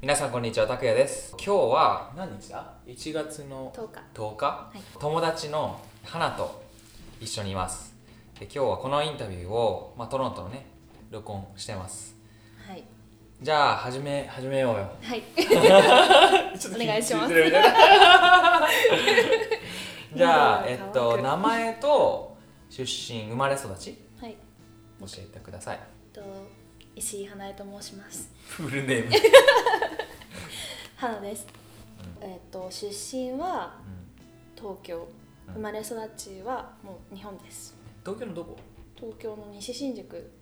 皆さんこんにちは、拓也です。今日は何日だ1月の10日10日、い友達の花と一緒にいます。で今日はこのインタビューを、まあ、トロントのね、録音してます。はいじゃあ、始め、始めようよ。はいちお願いしま緊張するみたいな じゃあ、喉がえ渇っくと、名前と出身、生まれ育ち、 はいえ教えてください。っと石井花江と申しますフルネーム。花ですえっと出身は東京うん生まれ育ちはもう日本です東京のどこ東京の西新宿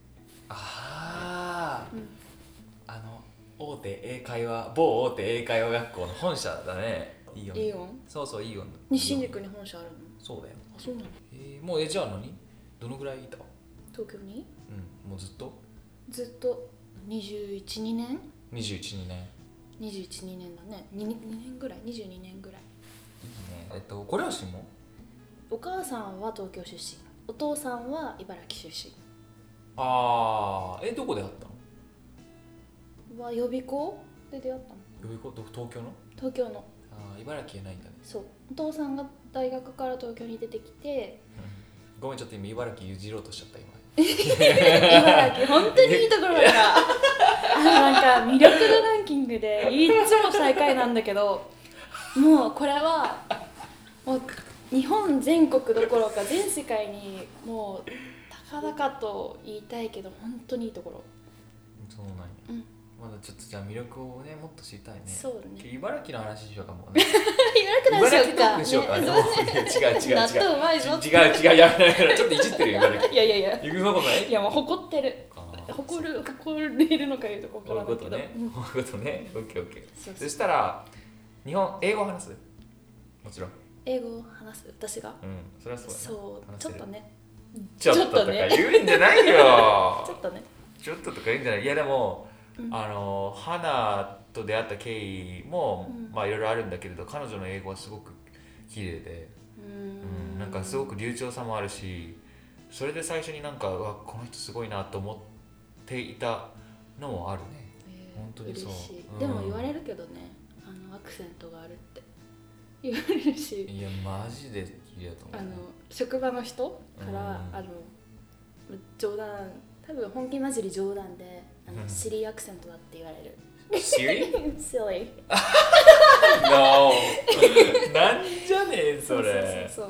あうんあ、あの、大手英会話、某大手英会話学校の本社だね。いいよね。イオンそうそう、イオン。西新宿に本社あるのそうだよ。あそうなのえーもうえじゃあ何どのぐらいいた東京にうん、もうずっとずっと212年 ?21、2年。いいね。 212年だね 2, 年ぐらい22年ぐらいえっと、ご両親もお母さんは東京出身お父さんは茨城出ああ、え、どこで会ったの身は予備校で出会ったのどういうこと東京の東京のああ、茨城じゃないんだね。そうお父さんが大学から東京に出てきてごめん、ちょっと今、茨城ゆじろうとしちゃった、今。茨城本当にいいところだから あのなんか魅力度ランキングでいつも最下位なんだけどもうこれはもう日本全国どころか全世界にもう高々と言いたいけど本当にいいところ、そうなんや。うんまだちょっとじゃあ魅力をね、もっと知りたいね。そうだね茨城の話しようかもうね。 言わな茨く城トーなクいにししよようか。うか もうね違う違うね違う。 納豆うまいぞち違う違う、やめながら、ちょっといじってるよ、茨城。いやいやいやゆくまことないいやもう誇ってる誇る誇れるのか言うとこう誇いうらなこいけとどね。うんこういうことね。オッケーオッケー。そうそそうしたら、日本、英語話すもちろん。英語を話す私がうん、それはそうそう話ちせょるっとねちょっととか言うんじゃないち ょっよとねちょっととか言うんじゃないいやでも、うんあの、花と出会った経緯も、うんまあいろいろあるんだけれど、彼女の英語はすごく綺麗で、ううん、んなんかすごく流暢さもあるし、それで最初になんか、うわ、この人すごいなと思っていたのもあるね。えー本当にそう嬉しいうんでも言われるけどねあのアクセントがあるって言われるしいや、マジで綺麗だと思あう。の職場の人からうんあの冗談多分本気混じり冗談であうのんシリーアクセントだって言われる Siri? silly No なんじゃねえそれそう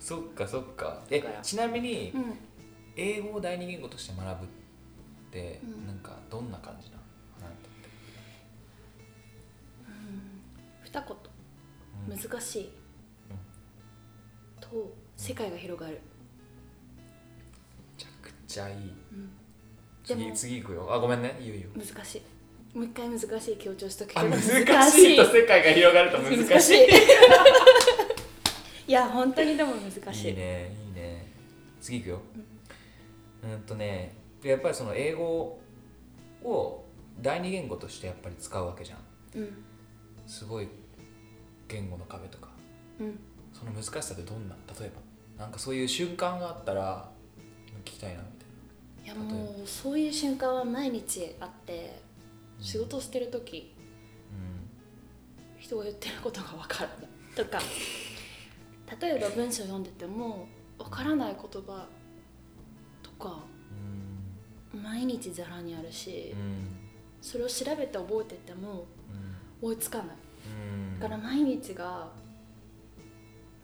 そそうっかそっかえだからちなみにそううん英語を第二言語として学ぶって、うんなんかどんな感じなのなんて二うん言難しいと世界が広がるめちゃくちゃいいうんで次も次行くよあごめんねいいよいいよ難しいもう一回難しい強調しとくけあど難しいと世界が広がると難しい難しい いや本当にでも難しいいいねいいね次行くようんとねでやっぱりその英語を第二言語としてやっぱり使うわけじゃんうんすごい言語の壁とかうんその難しさってどんな例えばなんかそういう瞬間があったら聞きたいなみたいいや例えばもうそういう瞬間は毎日あってうん仕事してる時人が言ってることが分かるとか例えば文章読んでても分からない言葉とかな毎日ざらにあるしうんうんそれを調べて覚えてても追いつかないうんうんだから毎日が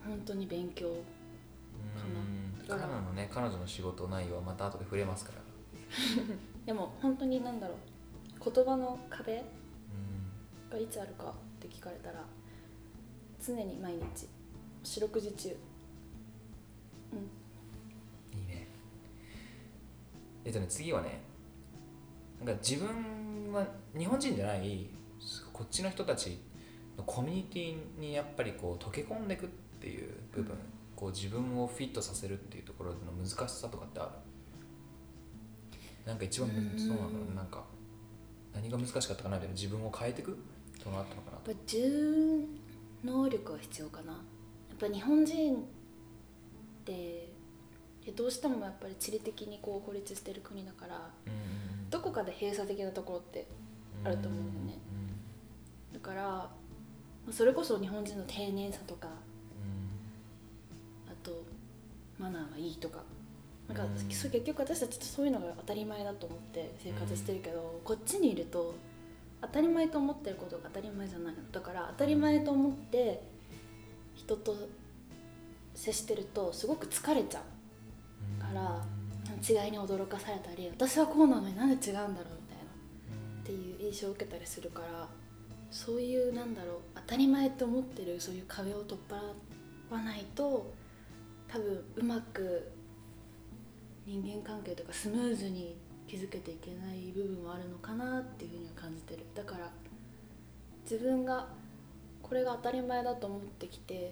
本当に勉強うんかな彼女のね彼女の仕事内容はまた後で触れますからでも本当に何だろう言葉の壁うんがいつあるかって聞かれたら常に毎日四六時中いいねえっとね次はねなんか自分は日本人じゃないこっちの人たちのコミュニティにやっぱりこう溶け込んでいくっていう部分、こう自分をフィットさせるっていうところの難しさとかってあるなんか一番むうんそうなのなんか何が難しかったかなみたいな自分を変えていくとなったのかなやっぱ順能力は必要かなやっぱ日本人っていやどうしてもやっぱり地理的にこう孤立してる国だからうんうんうんどこかで閉鎖的なところってあると思うんだよねだからまあそれこそ日本人の丁寧さとかあとマナーはいいとかなんか、うんそう結局私たちってそういうのが当たり前だと思って生活してるけど、こっちにいると当たり前と思ってることが当たり前じゃないのだから当たり前と思って人と接してるとすごく疲れちゃううんから違いに驚かされたり私はこうなのになんで違うんだろうみたいなっていう印象を受けたりするからそういうなんだろう当たり前と思ってるそういう壁を取っ払わないと多分うまく人間関係とかスムーズに築けていけない部分もあるのかなっていうふうには感じてるだから自分がこれが当たり前だと思ってきてなんだ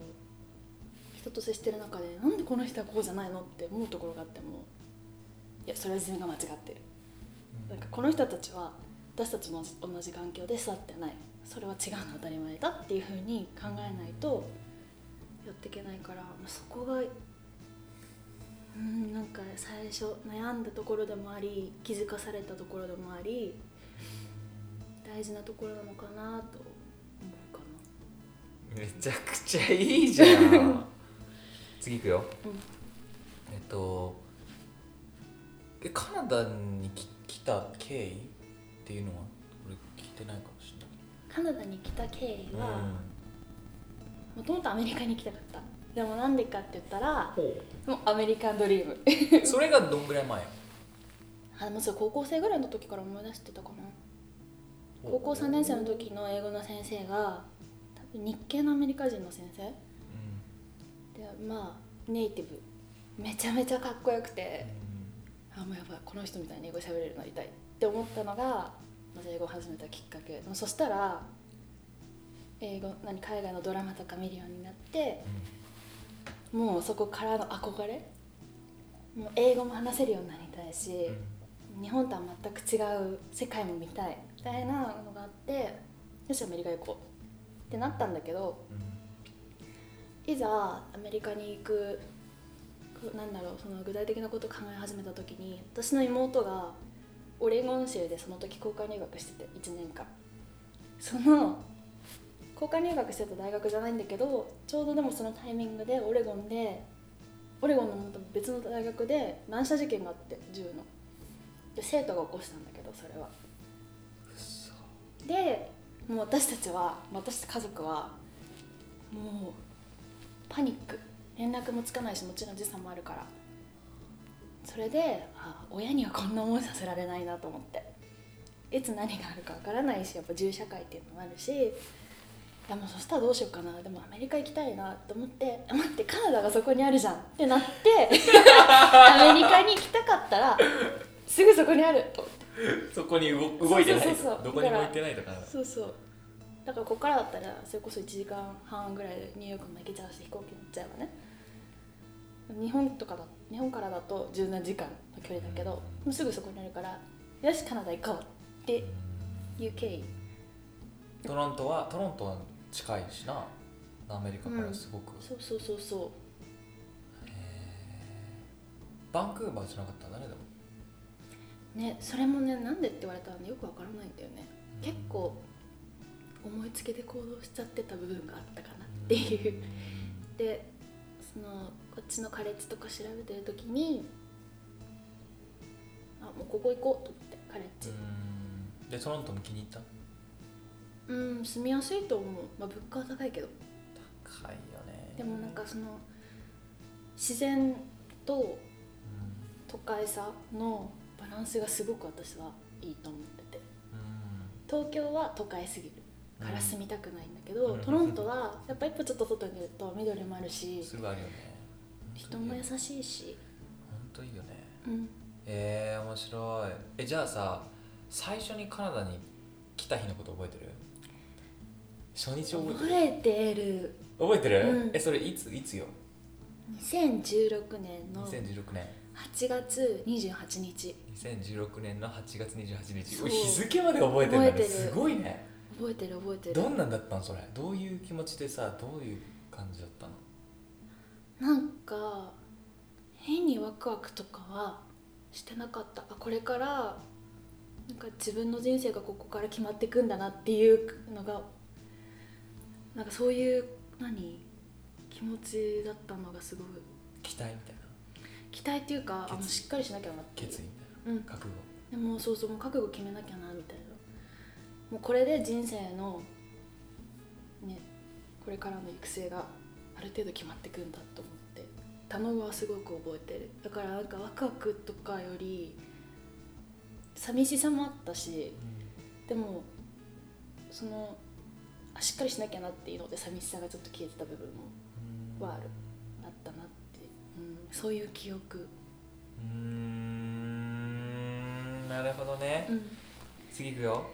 ろう人と接してる中でなんでこの人はこうじゃないのって思うところがあってもいやそれは自分が間違ってるうなんかこの人たちは私たちも同じ環境で育ってないそれは違うの当たり前だっていうふうに考えないとやっていけないからまあそこがうんなんか最初悩んだところでもあり気づかされたところでもあり大事なところなのかなと思うかめちゃくちゃいいじゃん次いくよ、うんえっとえカナダにき来た経緯っていうのは俺聞いてないかもしれないなカナダに来た経緯うんはもともとアメリカに行きたかったでもなんでかって言ったらもうアメリカンドリーム それがどんぐらい前あでもそれ高校生ぐらいの時から思い出してたかな高校3年生の時の英語の先生が多分日系のアメリカ人の先生うんでまあネイティブめちゃめちゃかっこよくてあもうやばいこの人みたいに英語喋れるようになりたいって思ったのがまず英語を始めたきっかけでもそしたら英語何海外のドラマとか見るようになってもうそこからの憧れもう英語も話せるようになりたいし、うん日本とは全く違う世界も見たいみたいなのがあってよしアメリカ行こうってなったんだけどいざアメリカに行くこうなんだろうその具体的なことを考え始めた時に私の妹がオレゴン州でその時交換留学してて1年間その交換留学してた大学じゃないんだけどちょうどでもそのタイミングでオレゴンでオレゴンのまた別の大学で乱射事件があって銃ので生徒が起こしたんだけどそれはでもう私たちは私家族はもうパニック連絡もつかないしもちろん時差もあるからそれであ親にはこんな思いさせられないなと思っていつ何があるかわからないしやっぱ銃社会っていうのもあるしいやもうそしたらどうしようかなでもアメリカ行きたいなと思ってあ待ってカナダがそこにあるじゃんってなってアメリカに行きたかったらすぐそこにあると思ってそこに動動いてないそうそうそうどこにも行ってないとかそうそうだからここからだったらそれこそ1時間半ぐらいでニューヨークも行けちゃうし飛行機乗っちゃえばね日本とかだ日本からだと十何時間の距離だけど、もうすぐそこにあるからよしカナダ行こうっていう経緯トロントはトロントは近いしなアメリカからすごく、そうそうそうそバンクーバーじゃなかった誰でもうねそれもねなんでって言われたらねよくわからないんだよね結構思いつきで行動しちゃってた部分があったかなっていうでそのこっちのカレッジとか調べてる時にあもうここ行こうと思ってカレッジうんでトロントも気に入ったうん住みやすいと思う、まあ、物価は高いけど高いよねでもなんかその自然と都会さのバランスがすごく私はいいと思っててうん東京は都会すぎるから住みたくないんだけど、うんトロントはやっぱ一歩ちょっと外に出ると緑もあるしすぐあるよね人も優いしいし、本当いいよねうん、えー、面白いえじゃあさ最初にカナダに来た日のこと覚えてる初日覚えて覚るえてる覚えてる、うんえそれいついつよ2016年の2016年8月28日2016年の8月28日そうおい日付まで覚えてるんだね覚えてるすごいね覚えてる覚えてるどんなんだったのそれどういう気持ちでさどういう感じだったのなんか変にワクワクとかはしてなかったあこれからなんか自分の人生がここから決まっていくんだなっていうのがなんかそういう何気持ちだったのがすごい期待みたいな期待っていうか決意あもうしっかりしなきゃなっていう決意みたういんな覚悟でもそうそうもう覚悟決めなきゃなみたいなもうこれで人生のねこれからの育成がある程度決まってくんだと思って卵はすごく覚えてるだからなんかワクワクとかより寂しさもあったしでもそのあしっかりしなきゃなっていうので寂しさがちょっと消えてた部分もうんはあるあったなって、うん、そういう記憶、うーんなるほどね、うん次いくよ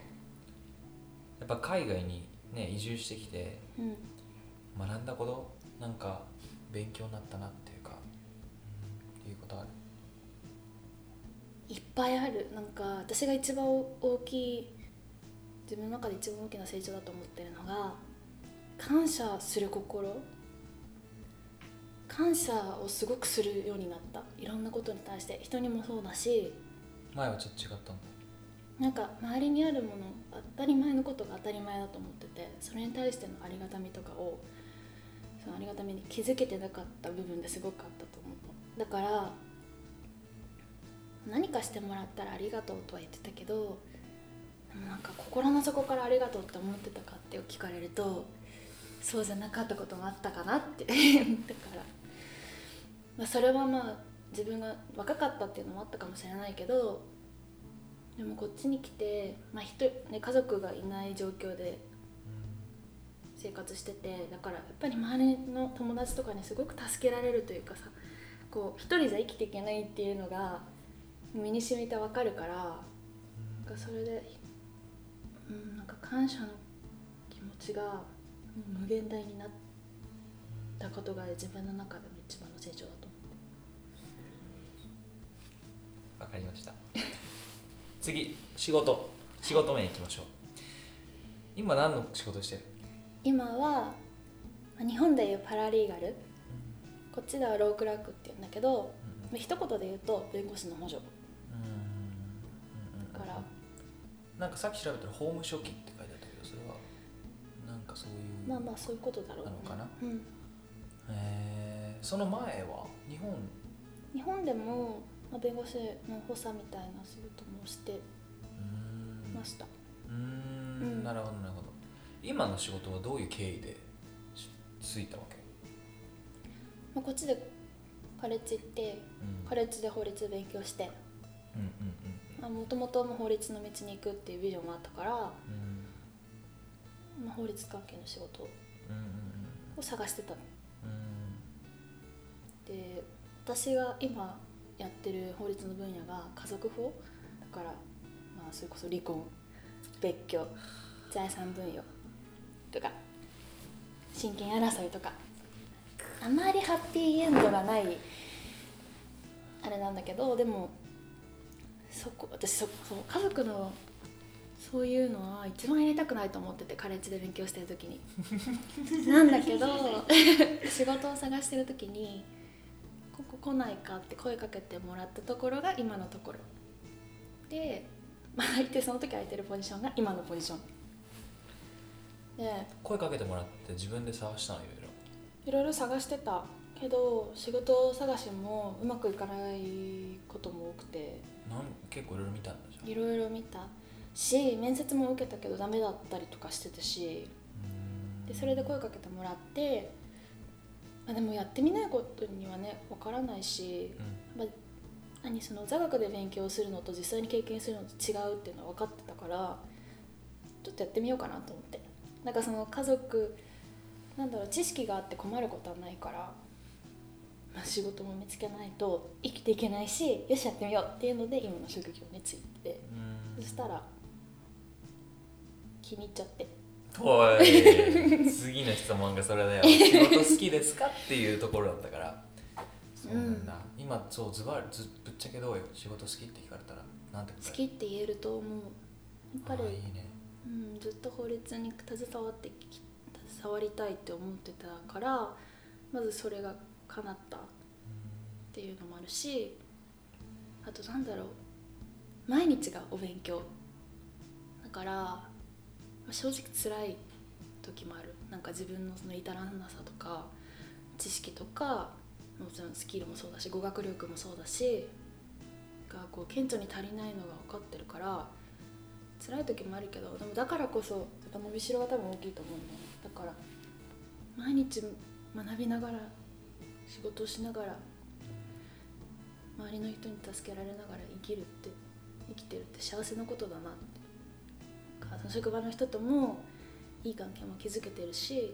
やっぱ海外にね移住してきてうん、学んだことなんか勉強になったなっていうか、うんっていうことあるいっぱいあるなんか私が一番大きい自分の中で一番大きな成長だと思ってるのが感謝する心感謝をすごくするようになったいろんなことに対して人にもそうだし前はちょっと違ったんだなんか周りにあるもの当たり前のことが当たり前だと思っててそれに対してのありがたみとかをそのありがたみに気づけてなかった部分ですごくあったと思うのだから何かしてもらったらありがとうとは言ってたけどでもなんか心の底からありがとうって思ってたかって聞かれるとそうじゃなかったこともあったかなって だから、まあ、それはまあ自分が若かったっていうのもあったかもしれないけどでもこっちに来て、まあ一人ね、家族がいない状況で生活しててだからやっぱり周りの友達とかにすごく助けられるというかさこう一人じゃ生きていけないっていうのが身に染みてわかるからなんかそれで、うん、なんか感謝の気持ちがうん無限大になったことが自分の中でも一番の成長だと思う。わかりました次仕事仕事面いきましょう今何の仕事してる今はまあ日本でいうパラリーガルこっちではロークラークって言うんだけどまあ一言で言うと弁護士の補助だから、なんかさっき調べたら法務初期って書いてあったけどそれはなんかそういうまあまあそういうことだろうねなのかなうん、えーその前は日本日本でも、まあ、弁護士の補佐みたいな仕事もしてうーんました、うーんうんなるほどなるほど今の仕事はどういう経緯でしついたわけ、まあ、こっちでカレッジ行ってうん、カレッジで法律勉強してうんうんまあもともとも法律の道に行くっていうビジョンがあったから、まうんうんあ、法律関係の仕事うんを探してたのうんうんで私が今やってる法律の分野が家族法だから、まあ、それこそ離婚別居財産分与とか親権争いとかあまりハッピーエンドがないあれなんだけどでもそこ私そそう家族のそういうのは一番やりたくないと思っててカレッジで勉強してる時になんだけど 仕事を探してる時にここ来ないかって声かけてもらったところが今のところで、まあ、相手その時空いてるポジションが今のポジションで声かけてもらって自分で探したのいろいろいろいろ探してたけど仕事探しもうまくいかないことも多くてなん結構いろいろ見たんだじゃんいろいろ見たし面接も受けたけどダメだったりとかしてたしうーんでそれで声かけてもらって、まあ、でもやってみないことにはねわからないしうんまあ、何その座学で勉強するのと実際に経験するのと違うっていうのは分かってたからちょっとやってみようかなと思ってなんかその家族なんだろう知識があって困ることはないから、まあ、仕事も見つけないと生きていけないしよしやってみようっていうので今の職業についてうーんそしたら気に入っちゃっておい次の質問がそれだよ 仕事好きですかっていうところだったからそうなんだ、今そうズバリずぶっちゃけどうよ仕事好きって聞かれたらなんて答え好るきって言えると思うやっぱあーりいいねうん、ずっと法律に携わってき携わりたいって思ってたからまずそれが叶ったっていうのもあるしあとなんだろう毎日がお勉強から正直辛い時もあるなんか自分のその至らなさとか知識とかもちろんスキルもそうだし語学力もそうだしがこう顕著に足りないのが分かってるから辛い時もあるけどでもだからこそやっぱ伸びしろが多分大きいと思うんだよねだから毎日学びながら仕事をしながら周りの人に助けられながら生きるって生きてるって幸せなことだなってなんかその職場の人ともいい関係も築けてるし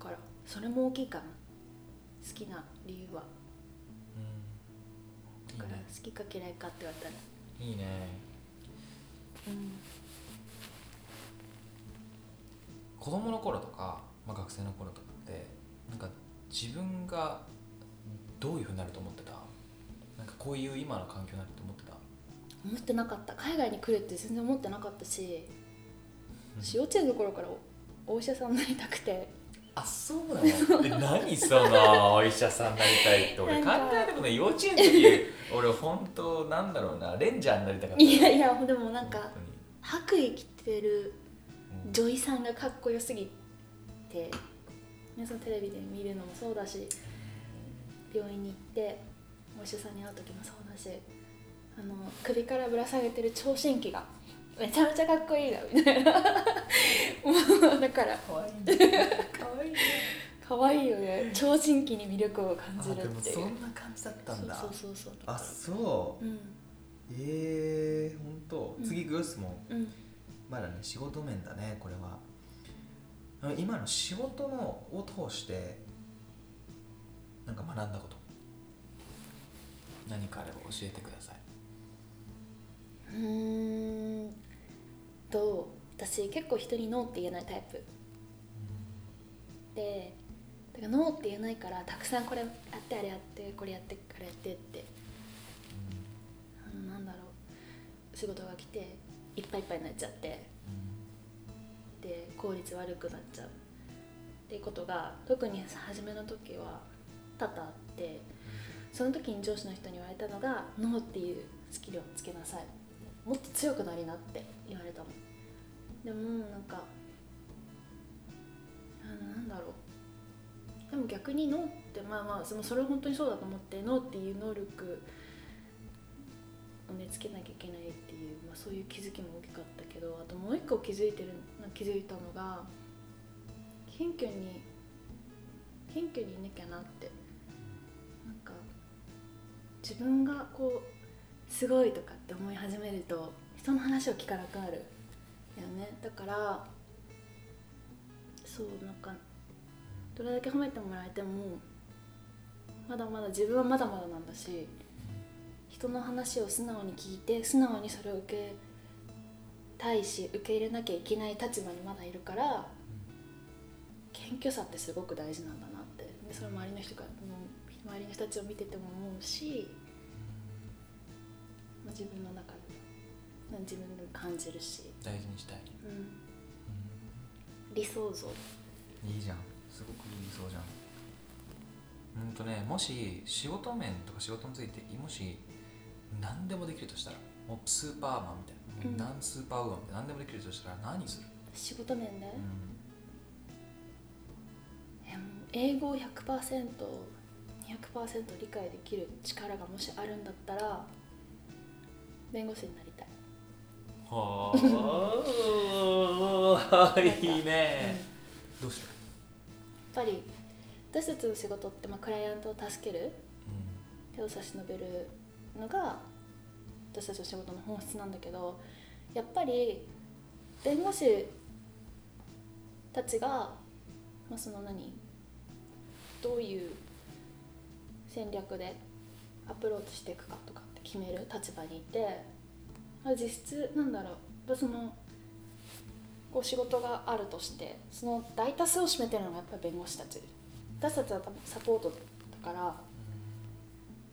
だからそれも大きいかな好きな理由はうんいいだからね好きか嫌いかって言われたらいいねうん子供の頃とか、まあ、学生の頃とかってなんか自分がどういうふうになると思ってたなんかこういう今の環境になると思ってた思ってなかった海外に来るって全然思ってなかったしうん私幼稚園の頃からおお医者さんになりたくてあそうなのえ何そのお医者さんになりたいって俺考なんかえたことない幼稚園の時俺本当なんだろうなレンジャーになりたかったいやいやでもなん本か当に白衣着てるうん女医さんがかっこよすぎて皆さんテレビで見るのもそうだし病院に行ってお医者さんに会う時もそうだしあの首からぶら下げてる聴診器がめちゃめちゃかっこいいなみた いなもうだから可愛いね可愛いね可愛いよね聴診器に魅力を感あじるでもっていうそんな感じだったんだそうそうそうそうあそうんうええー、本当うん次グースもうんまだね仕事面だねこれはあの今の仕事のを通してなんか学んだこと何かあれば教えてくださいうーんと私結構人にノーって言えないタイプでだからノーって言えないからたくさんこれやってあれやってこれやってこれやってってあのなんだろう仕事が来ていっぱいいっぱいになっちゃってで効率悪くなっちゃうっていうことが特に初めの時は多々あってその時に上司の人に言われたのが「ノーっていうスキルをつけなさいもっと強くなりな」って言われたのでもなんかあのなんだろうでも逆に「ノーってまあまあそのそれは本当にそうだと思って「ノーっていう能力をねつけなきゃいけないっていう、まあ、そういう気づきも大きかったけどあともう一個気づいてる気づいたのが謙虚に謙虚にいなきゃなってなんか自分がこうすごいとかって思い始めると人の話を聞かなくなるよねだからそうなんかどれだけ褒めてもらえてもまだまだ自分はまだまだなんだし人の話を素直に聞いて素直にそれを受けたいし受け入れなきゃいけない立場にまだいるから謙虚さってすごく大事なんだなってでそれ周りの人からもう周りの人たちを見てても思うし、まあ、自分の中でも自分でも感じるし、大事にしたい、うん、理想像いいじゃんすごくいいそうじゃんうんとねもし仕事面とか仕事についてもし何でもできるとしたらもうスーパーマンみたいな、うん何スーパーウーマンみたいな何でもできるとしたら何する、仕事面で、うんえもう英語を 100%200% 理解できる力がもしあるんだったら弁護士になりたいはあいいねどうしてやっぱり私たちの仕事って、まあ、クライアントを助けるう手を差し伸べるのが私たちの仕事の本質なんだけどやっぱり弁護士たちが、まあ、その何どういう戦略でアプローチしていくかとかって決める立場にいてまあ実質なんだろうやっぱそのこう仕事があるとしてその大多数を占めてるのがやっぱり弁護士たち私たちは多分サポートだからやっ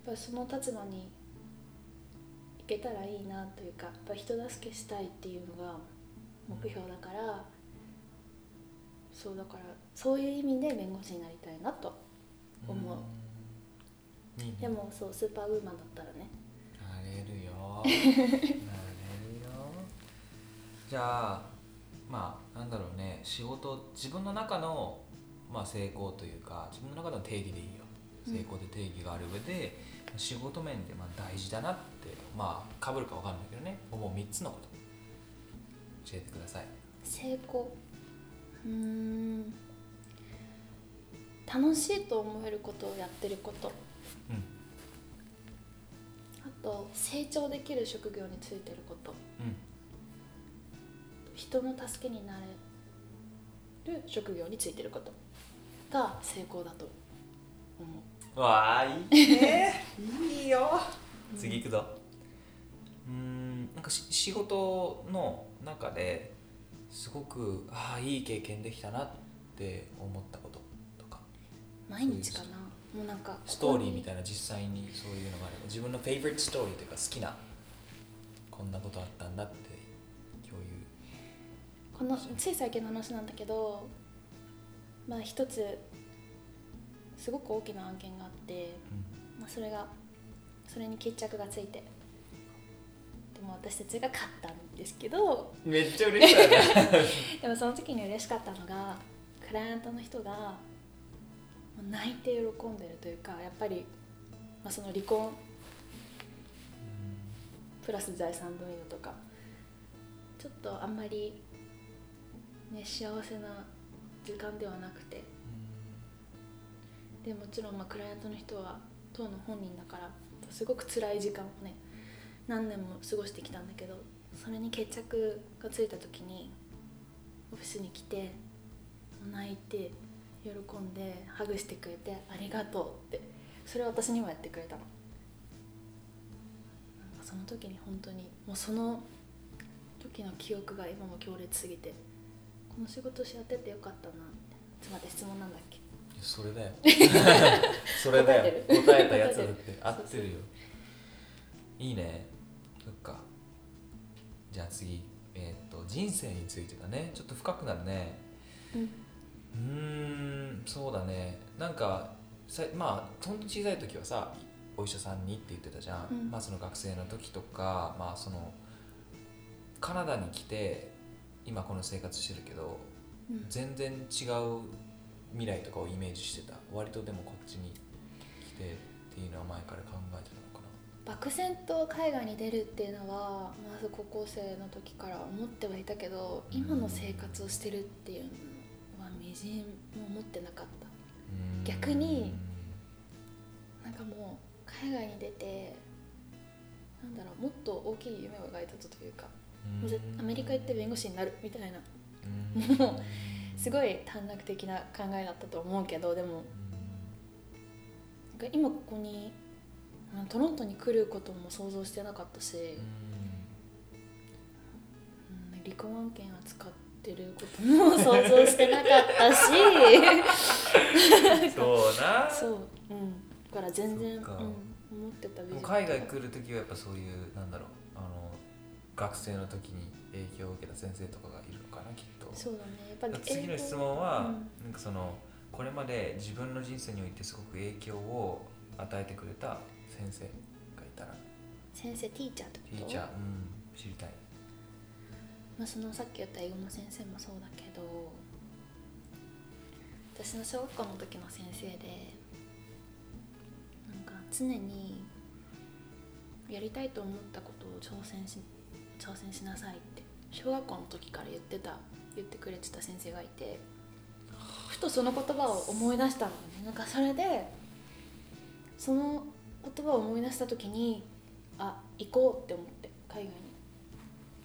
ぱりその立場に行けたらいいなというかやっぱ人助けしたいっていうのが目標だからそうだからそういう意味で弁護士になりたいなとん思ううんいいねでもそうスーパーウーマン だったらねなれるよなれるよじゃあまあなんだろうね仕事自分の中の、まあ、成功というか自分の中の定義でいいようん成功で定義がある上で、仕事面でまあ大事だなってまあかぶるかわかんないけどね思う3つのこと教えてください成功うーん楽しいと思えることをやってることうんあと成長できる職業についてることうん人の助けになれる職業についてることが成功だと思うわあいいねいいよ次行くぞうーんなんかし仕事の中ですごくああいい経験できたなって思ったこととか毎日かなもうなんかストーリーみいたいな実際にそういうのがあれば自分のフェイブリットストーリーというか好きなこんなことあったんだって共有このつい最近の話なんだけどまあ一つすごく大きな案件があってうまあ、それがそれに決着がついてでも私たちが勝ったんですけどめっちゃ嬉 しかったねでもその時に嬉しかったのがクライアントの人がもう泣いて喜んでるというかやっぱり、まあ、その離婚プラス財産分与とかちょっとあんまり、ね、幸せな時間ではなくてでもちろんまあクライアントの人は当の本人だからすごく辛い時間をね何年も過ごしてきたんだけどそれに決着がついた時にオフィスに来て泣いて喜んでハグしてくれて「ありがとう」ってそれを私にもやってくれたのなんかその時に本当にもうその時の記憶が今も強烈すぎてこの仕事しやっててよかったなってちょっと待って質問なんだっけいやそれ だよそれだよ答えてる答えたやつだっ答えててる合ってるよいいねそっかじゃあ次えーっと人生についてだねちょっと深くなるねうんうーんそうだねなんかさまあほんと小さい時はさお医者さんにって言ってたじゃん、うんまあその学生の時とかまあそのカナダに来て今この生活してるけどうん全然違う未来とかをイメージしてた割とでもこっちに来てっていうのは前から考えてたのか漠然と海外に出るっていうのはまず高校生の時から思ってはいたけど今の生活をしてるっていうのはみじんも思ってなかったな逆になんかもう海外に出てなんだろうもっと大きい夢を描いたというかもうぜアメリカ行って弁護士になるみたいなもすいごい短絡的な考えだったと思うけどでもなんか今ここにうんトロントに来ることも想像してなかったし、うん離婚案件扱ってることも想像してなか ったしそうなそう、うん、だから全然、うそんっか、思ってたビでもジョン海外来る時はやっぱそういうなんだろうあの学生の時に影響を受けた先生とかがいるのかなきっとそうだねやっぱり次の質問は、うなんかそのこれまで自分の人生においてすごく影響を与えてくれた先生がいたら先生ティーチャーってことティーチャー、うん、知りたい、まあ、そのさっき言った英語の先生もそうだけど私の小学校の時の先生でなんか常にやりたいと思ったことを挑戦し挑戦しなさいって小学校の時から言ってた言ってくれてた先生がいてふとその言葉を思い出したのねなんかそれでその言葉を思い出した時にあ行こうって思って海外に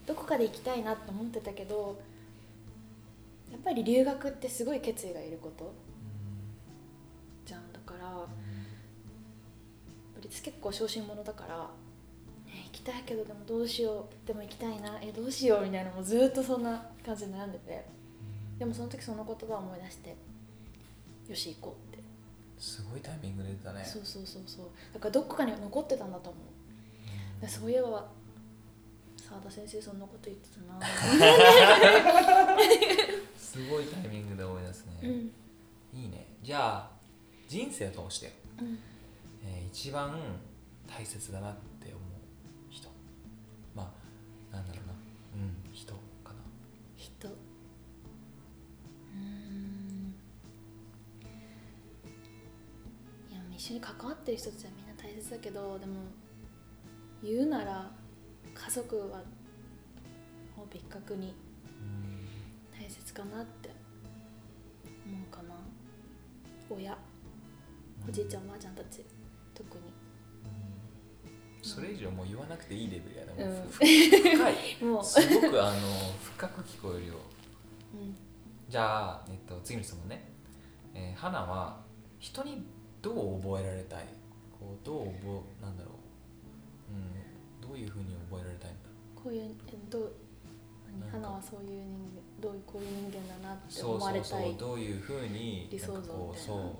どこかで行きたいなと思ってたけどやっぱり留学ってすごい決意がいることじゃんだからやっぱり結構小心者だから、え行きたいけどでもどうしようでも行きたいなえどうしようみたいなもうずっとそんな感じで悩んでてでもその時その言葉を思い出してよし行こうってすごいタイミングで出たねそうそうそうそうだからどこかに残ってたんだと思うでそういえば澤田先生そんなこと言ってたなすごいタイミングで思い出すね、うんいいねじゃあ人生を通して、うんえー一番大切だなって思う人まあなんだろうなうん人かな一緒に関わってる人たちはみんな大切だけどでも言うなら家族はもう別格に大切かなって思うかな親おじいちゃんおばあちゃんたち特それ以上もう言わなくていいレベルやな、もううんふ深いにもう、すごくあの深く聞こえるようん、じゃあ、えっと、次の質問ね、えー、花は人にどう覚えられたいこうどう覚えなんだろう、うん、どういうふうに覚えられたいんだこういうえどうなん何か花はそういう人間どういうこういう人間だなってそ思うわそれうそたいうどういうふうに理想像なんかこうみたいなそ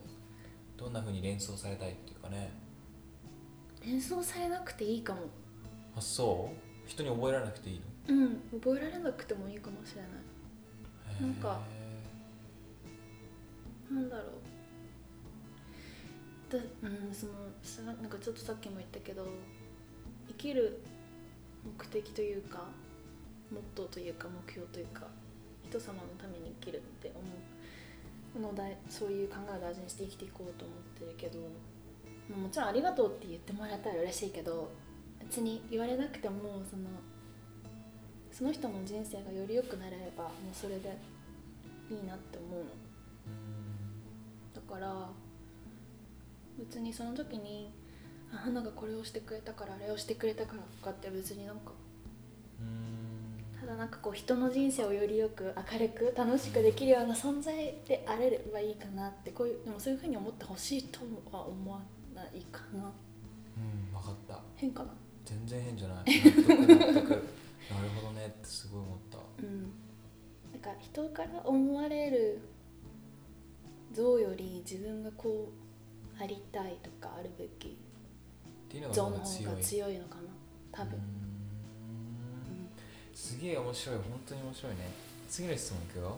うどんなふうに連想されたいっていうかね連想されなくていいかもあそう人に覚えられなくていいのうん覚えられなくてもいいかもしれないなんかなんだろうだうんそのさなんかちょっとさっきも言ったけど生きる目的というかモットーというか目標というか人様のために生きるって思うのだいそういう考えを大事にして生きていこうと思ってるけどまあもちろん「ありがとう」って言ってもらえたら嬉しいけど別に言われなくてもそのその人の人生がより良くなれればもうそれでいいなって思うの。うんだから別にその時にあ花がこれをしてくれたからあれをしてくれたからとかって別になんかうんただなんかこう人の人生をよりよく明るく楽しくできるような存在であれればいいかなってこういうでもそういうふうに思ってほしいとは思わないかなうん分かった変かな全然変じゃない納得 納得なるほどねってすごい思ったうんなんか人から思われる像より自分がこうありたいとかあるべきっていうのが像まのだ方が強いのかな多分うーんうんすげえ面白い本当に面白いね次の質問いくよ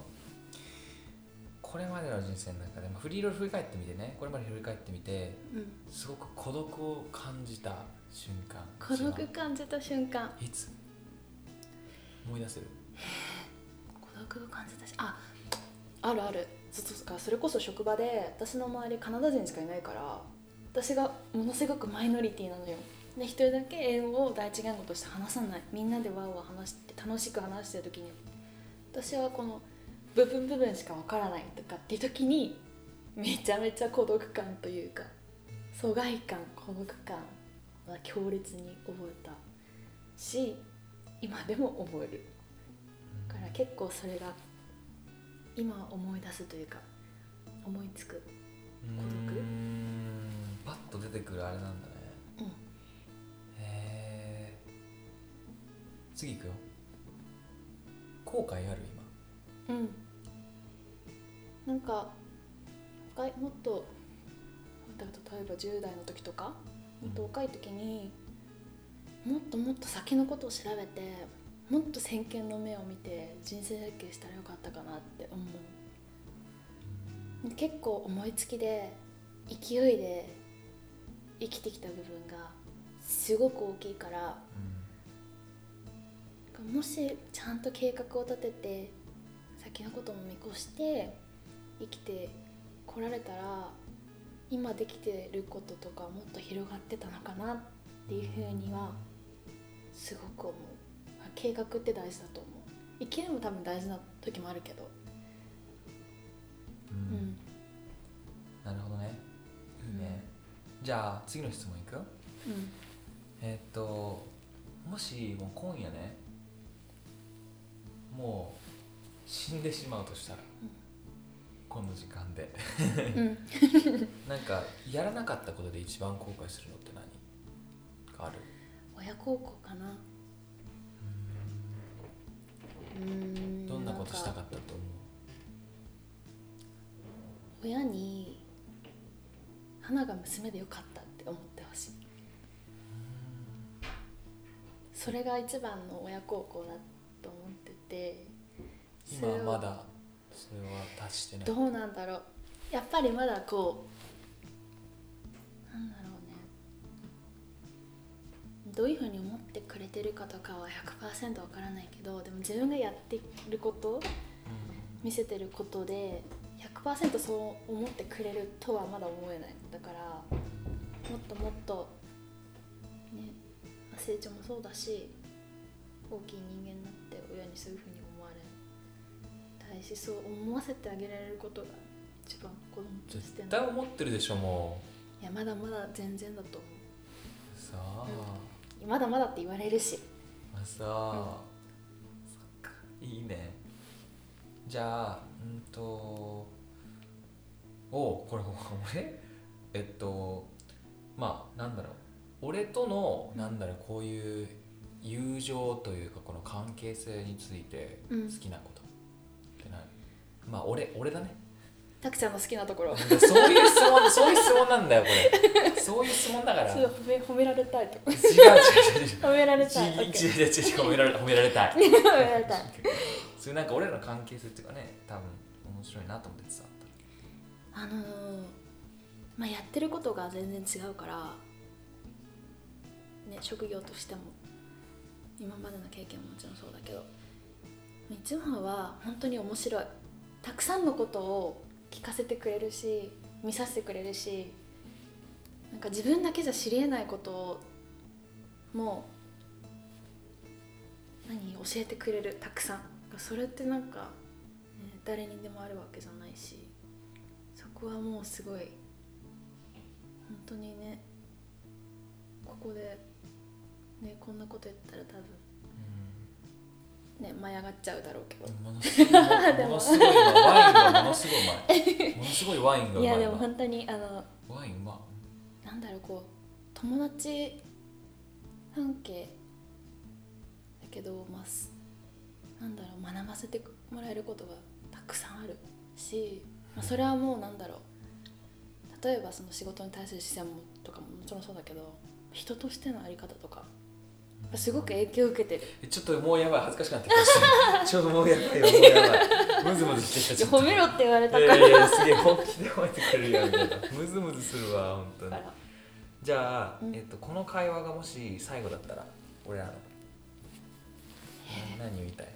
これまでの人生の中で、まあ、フリーロール振り返ってみてねこれまで振り返ってみてうんすごく孤独を感じた瞬間孤一独感じた瞬間番いつ思い出せる孤独を感じたしああるあるそそっかそれこそ職場で私の周りカナダ人しかいないから私がものすごくマイノリティなのよで一人だけ英語を第一言語として話さないみんなでワーワー話して楽しく話してる時に私はこの部分部分しかわからないとかっていう時にめちゃめちゃ孤独感というか疎外感孤独感は強烈に覚えたし今でも覚えるだから結構それが今思い出すというか思いつく孤独パッと出てくるあれなんだねうんへえ次いくよ後悔ある今うんなんか若いもっとだ例えば10代の時とかもっと若い時にもっともっと先のことを調べてもっと先見の目を見て人生設計したらよかったかなって思う結構思いつきで勢いで生きてきた部分がすごく大きいからもしちゃんと計画を立てて先のことも見越して生きてこられたら今できてることとかもっと広がってたのかなっていうふうにはすごく思うあ計画って大事だと思う生きるのも多分大事な時もあるけどうんううんんなるほどねいいね、じゃあ次の質問いくようんえーっともしもう今夜ねもう死んでしまうとしたら、うんこの時間で うん なんかやらなかったことで一番後悔するのって何かある親孝行かなうーんどんなことしたんかったと思う親に花が娘でよかったって思ってほしいそれが一番の親孝行だと思ってて今それをはまだそれは達してないどうなんだろうやっぱりまだこうなんだろうねどういうふうに思ってくれてるかとかは100%わからないけどでも自分がやってること見せてることで100%そう思ってくれるとはまだ思えないだからうんもっともっとねまあ成長もそうだし大きい人間になって親にそういうふうに思われたいしそう思わせてあげられることが一番子供とし絶ての対思ってるでしょもいやまだまだ全然だと思うさあ、うまだまだって言われるしまあさあ、そっかいいねじゃあうんとおうこれ 俺えっとまあなんだろう俺とのなんだろうこういう友情というかこの関係性についてう好んきなことって何、まあ俺俺だねたくちゃんの好きなところそういう質問そういう質問なんだよこれそういう質問だからす違ごうい褒め褒められたいと違う違う違う褒められちたい OK 違 う違う違う褒められた褒められたい褒められたいそういうなんか俺らの関係性っていうかね多分面白いなと思って伝わっあのーまあ、やってることが全然違うから、ね、職業としても今までの経験ももちろんそうだけど一番は本当に面白いたくさんのことを聞かせてくれるし見させてくれるしなんか自分だけじゃ知りえないことをもう何教えてくれるたくさんそれってなんか、ね誰にでもあるわけじゃないしそこはもうすごい本当にねここで、ね、こんなこと言ったら多分ね舞い上がっちゃうだろうけどたものすごいものすごい今ワインがものすごいうまいものすごいワインがういまいやわでも本当にあのワインうまなんだろうこう友達関係だけどまあすなんだろう学ばせてもらえることがたくさんあるし、まあ、それはもうなんだろう例えばその仕事に対する視線もとかももちろんそうだけど人としての在り方とかやっぱすごく影響を受けてるいちょっともうやばい恥ずかしくなってきましたちょっともうやばいもうやばいムズムズしてきたいちやょっと褒めろって言われいたかやらいやいやすげえ本気で褒めてくれるやんみたいなムズムズするわ本当にだからじゃあ、うんえっと、この会話がもし最後だったら俺らの何言いたい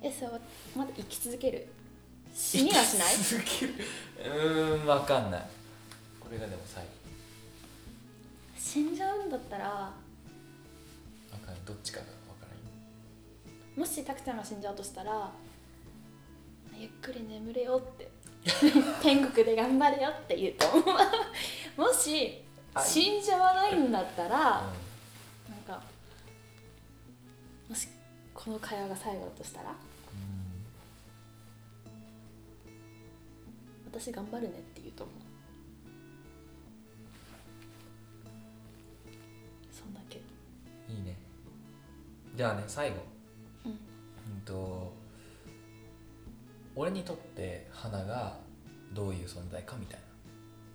えそれはまだ生き続ける死にはし ない生き続けるうーんわかんないこれがでも最後死んじゃうんだったらわかんないどっちかがわからんよもしたくちゃんが死んじゃうとしたらゆっくり眠れよって 天国で頑張れよって言うと思うもしあ死んじゃわないんだったらなんかもしこの会話が最後だとしたら私頑張るねって言うと思うそんだけうんいいねじゃあね最後うんうんと俺にとって花がどういう存在かみたいな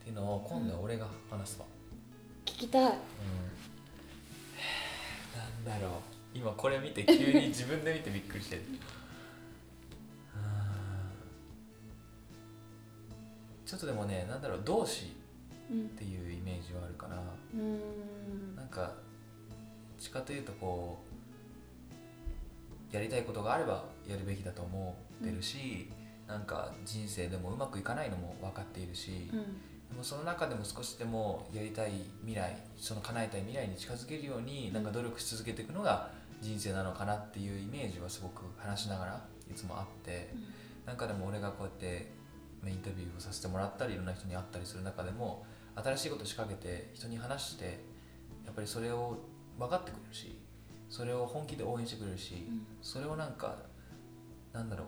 っていうのを今度は俺が話すわ、聞きたいうん、なんだろう今これ見て急に自分で見てびっくりしてるあーちょっとでもねなんだろう同志っうんていうイメージはあるからうーんなんかどっちかというとこうやりたいことがあればやるべきだと思ってるし、なんか人生でもうまくいかないのも分かっているし、うんでもその中でも少しでもやりたい未来その叶えたい未来に近づけるようになんか努力し続けていくのが人生なのかなっていうイメージはすごく話しながらいつもあってなんかでも俺がこうやってまあインタビューをさせてもらったりいろんな人に会ったりする中でも新しいこと仕掛けて人に話してやっぱりそれを分かってくれるしそれを本気で応援してくれるし、うんそれをなんかなんだろう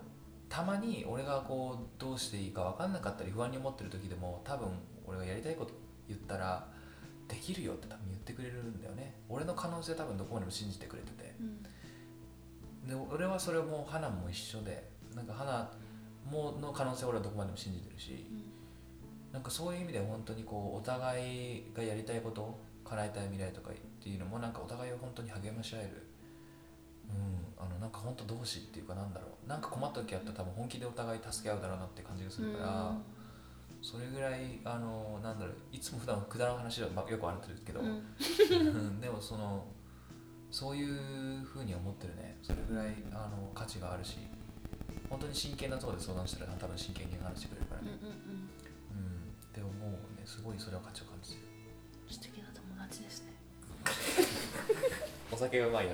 たまに俺がこうどうしていいか分かんなかったり不安に思ってる時でも多分俺がやりたいこと言ったらできるよって多分言ってくれるんだよね俺の可能性多分どこまでも信じてくれててうでん俺はそれも花も一緒でなんか花もの可能性は俺はどこまでも信じてるしなんかそういう意味で本当にこうお互いがやりたいこと叶えたい未来とかっていうのもなんかお互いを本当に励まし合えるうんあのなんか本当同志っていうかなんだろうなんか困った時あったら多分本気でお互い助け合うだろうなって感じがすうるんから、それぐらいあのなんだろういつも普段くだらん話は、まあ、よくあるんですけど、うんうん でもそのそういうふうに思ってるねそれぐらいあの価値があるし本当に真剣なところで相談したら多分真剣に話してくれるからうんね、うんうんうん、って思うねすごいそれは価値を感じてる素敵な友達ですねお酒がうまいな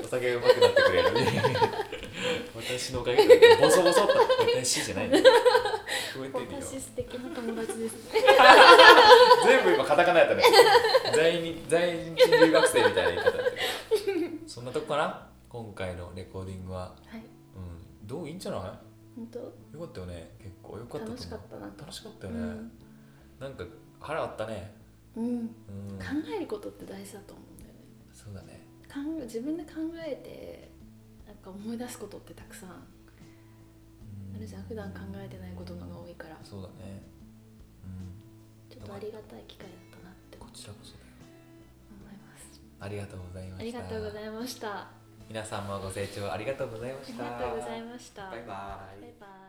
お酒がうまくなってくれる 私のおかげでボソボソっと私じゃないの聞こえてるよ私素敵な友達ですね全部今カタカナやったね在日在日留学生みたいな言い方やってるそんなとこかな今回のレコーディングははいうんどういいんじゃない本当よかったよね結構よかったと思う楽しかったな楽しかったよね、なんか腹あったねうん、うん、うん考えることって大事だと思うんだよねそうだね考え自分で考えてなんか思い出すことってたくさんあうるじゃん普段考えてないことのが多いからそうだねうんちょっとありがたい機会だったなってこちらこそだよ思いますありがとうございまあしりたがとうございましたあ皆さんもご清聴ありがとうございましりたがとうございましたバイバイバイバイ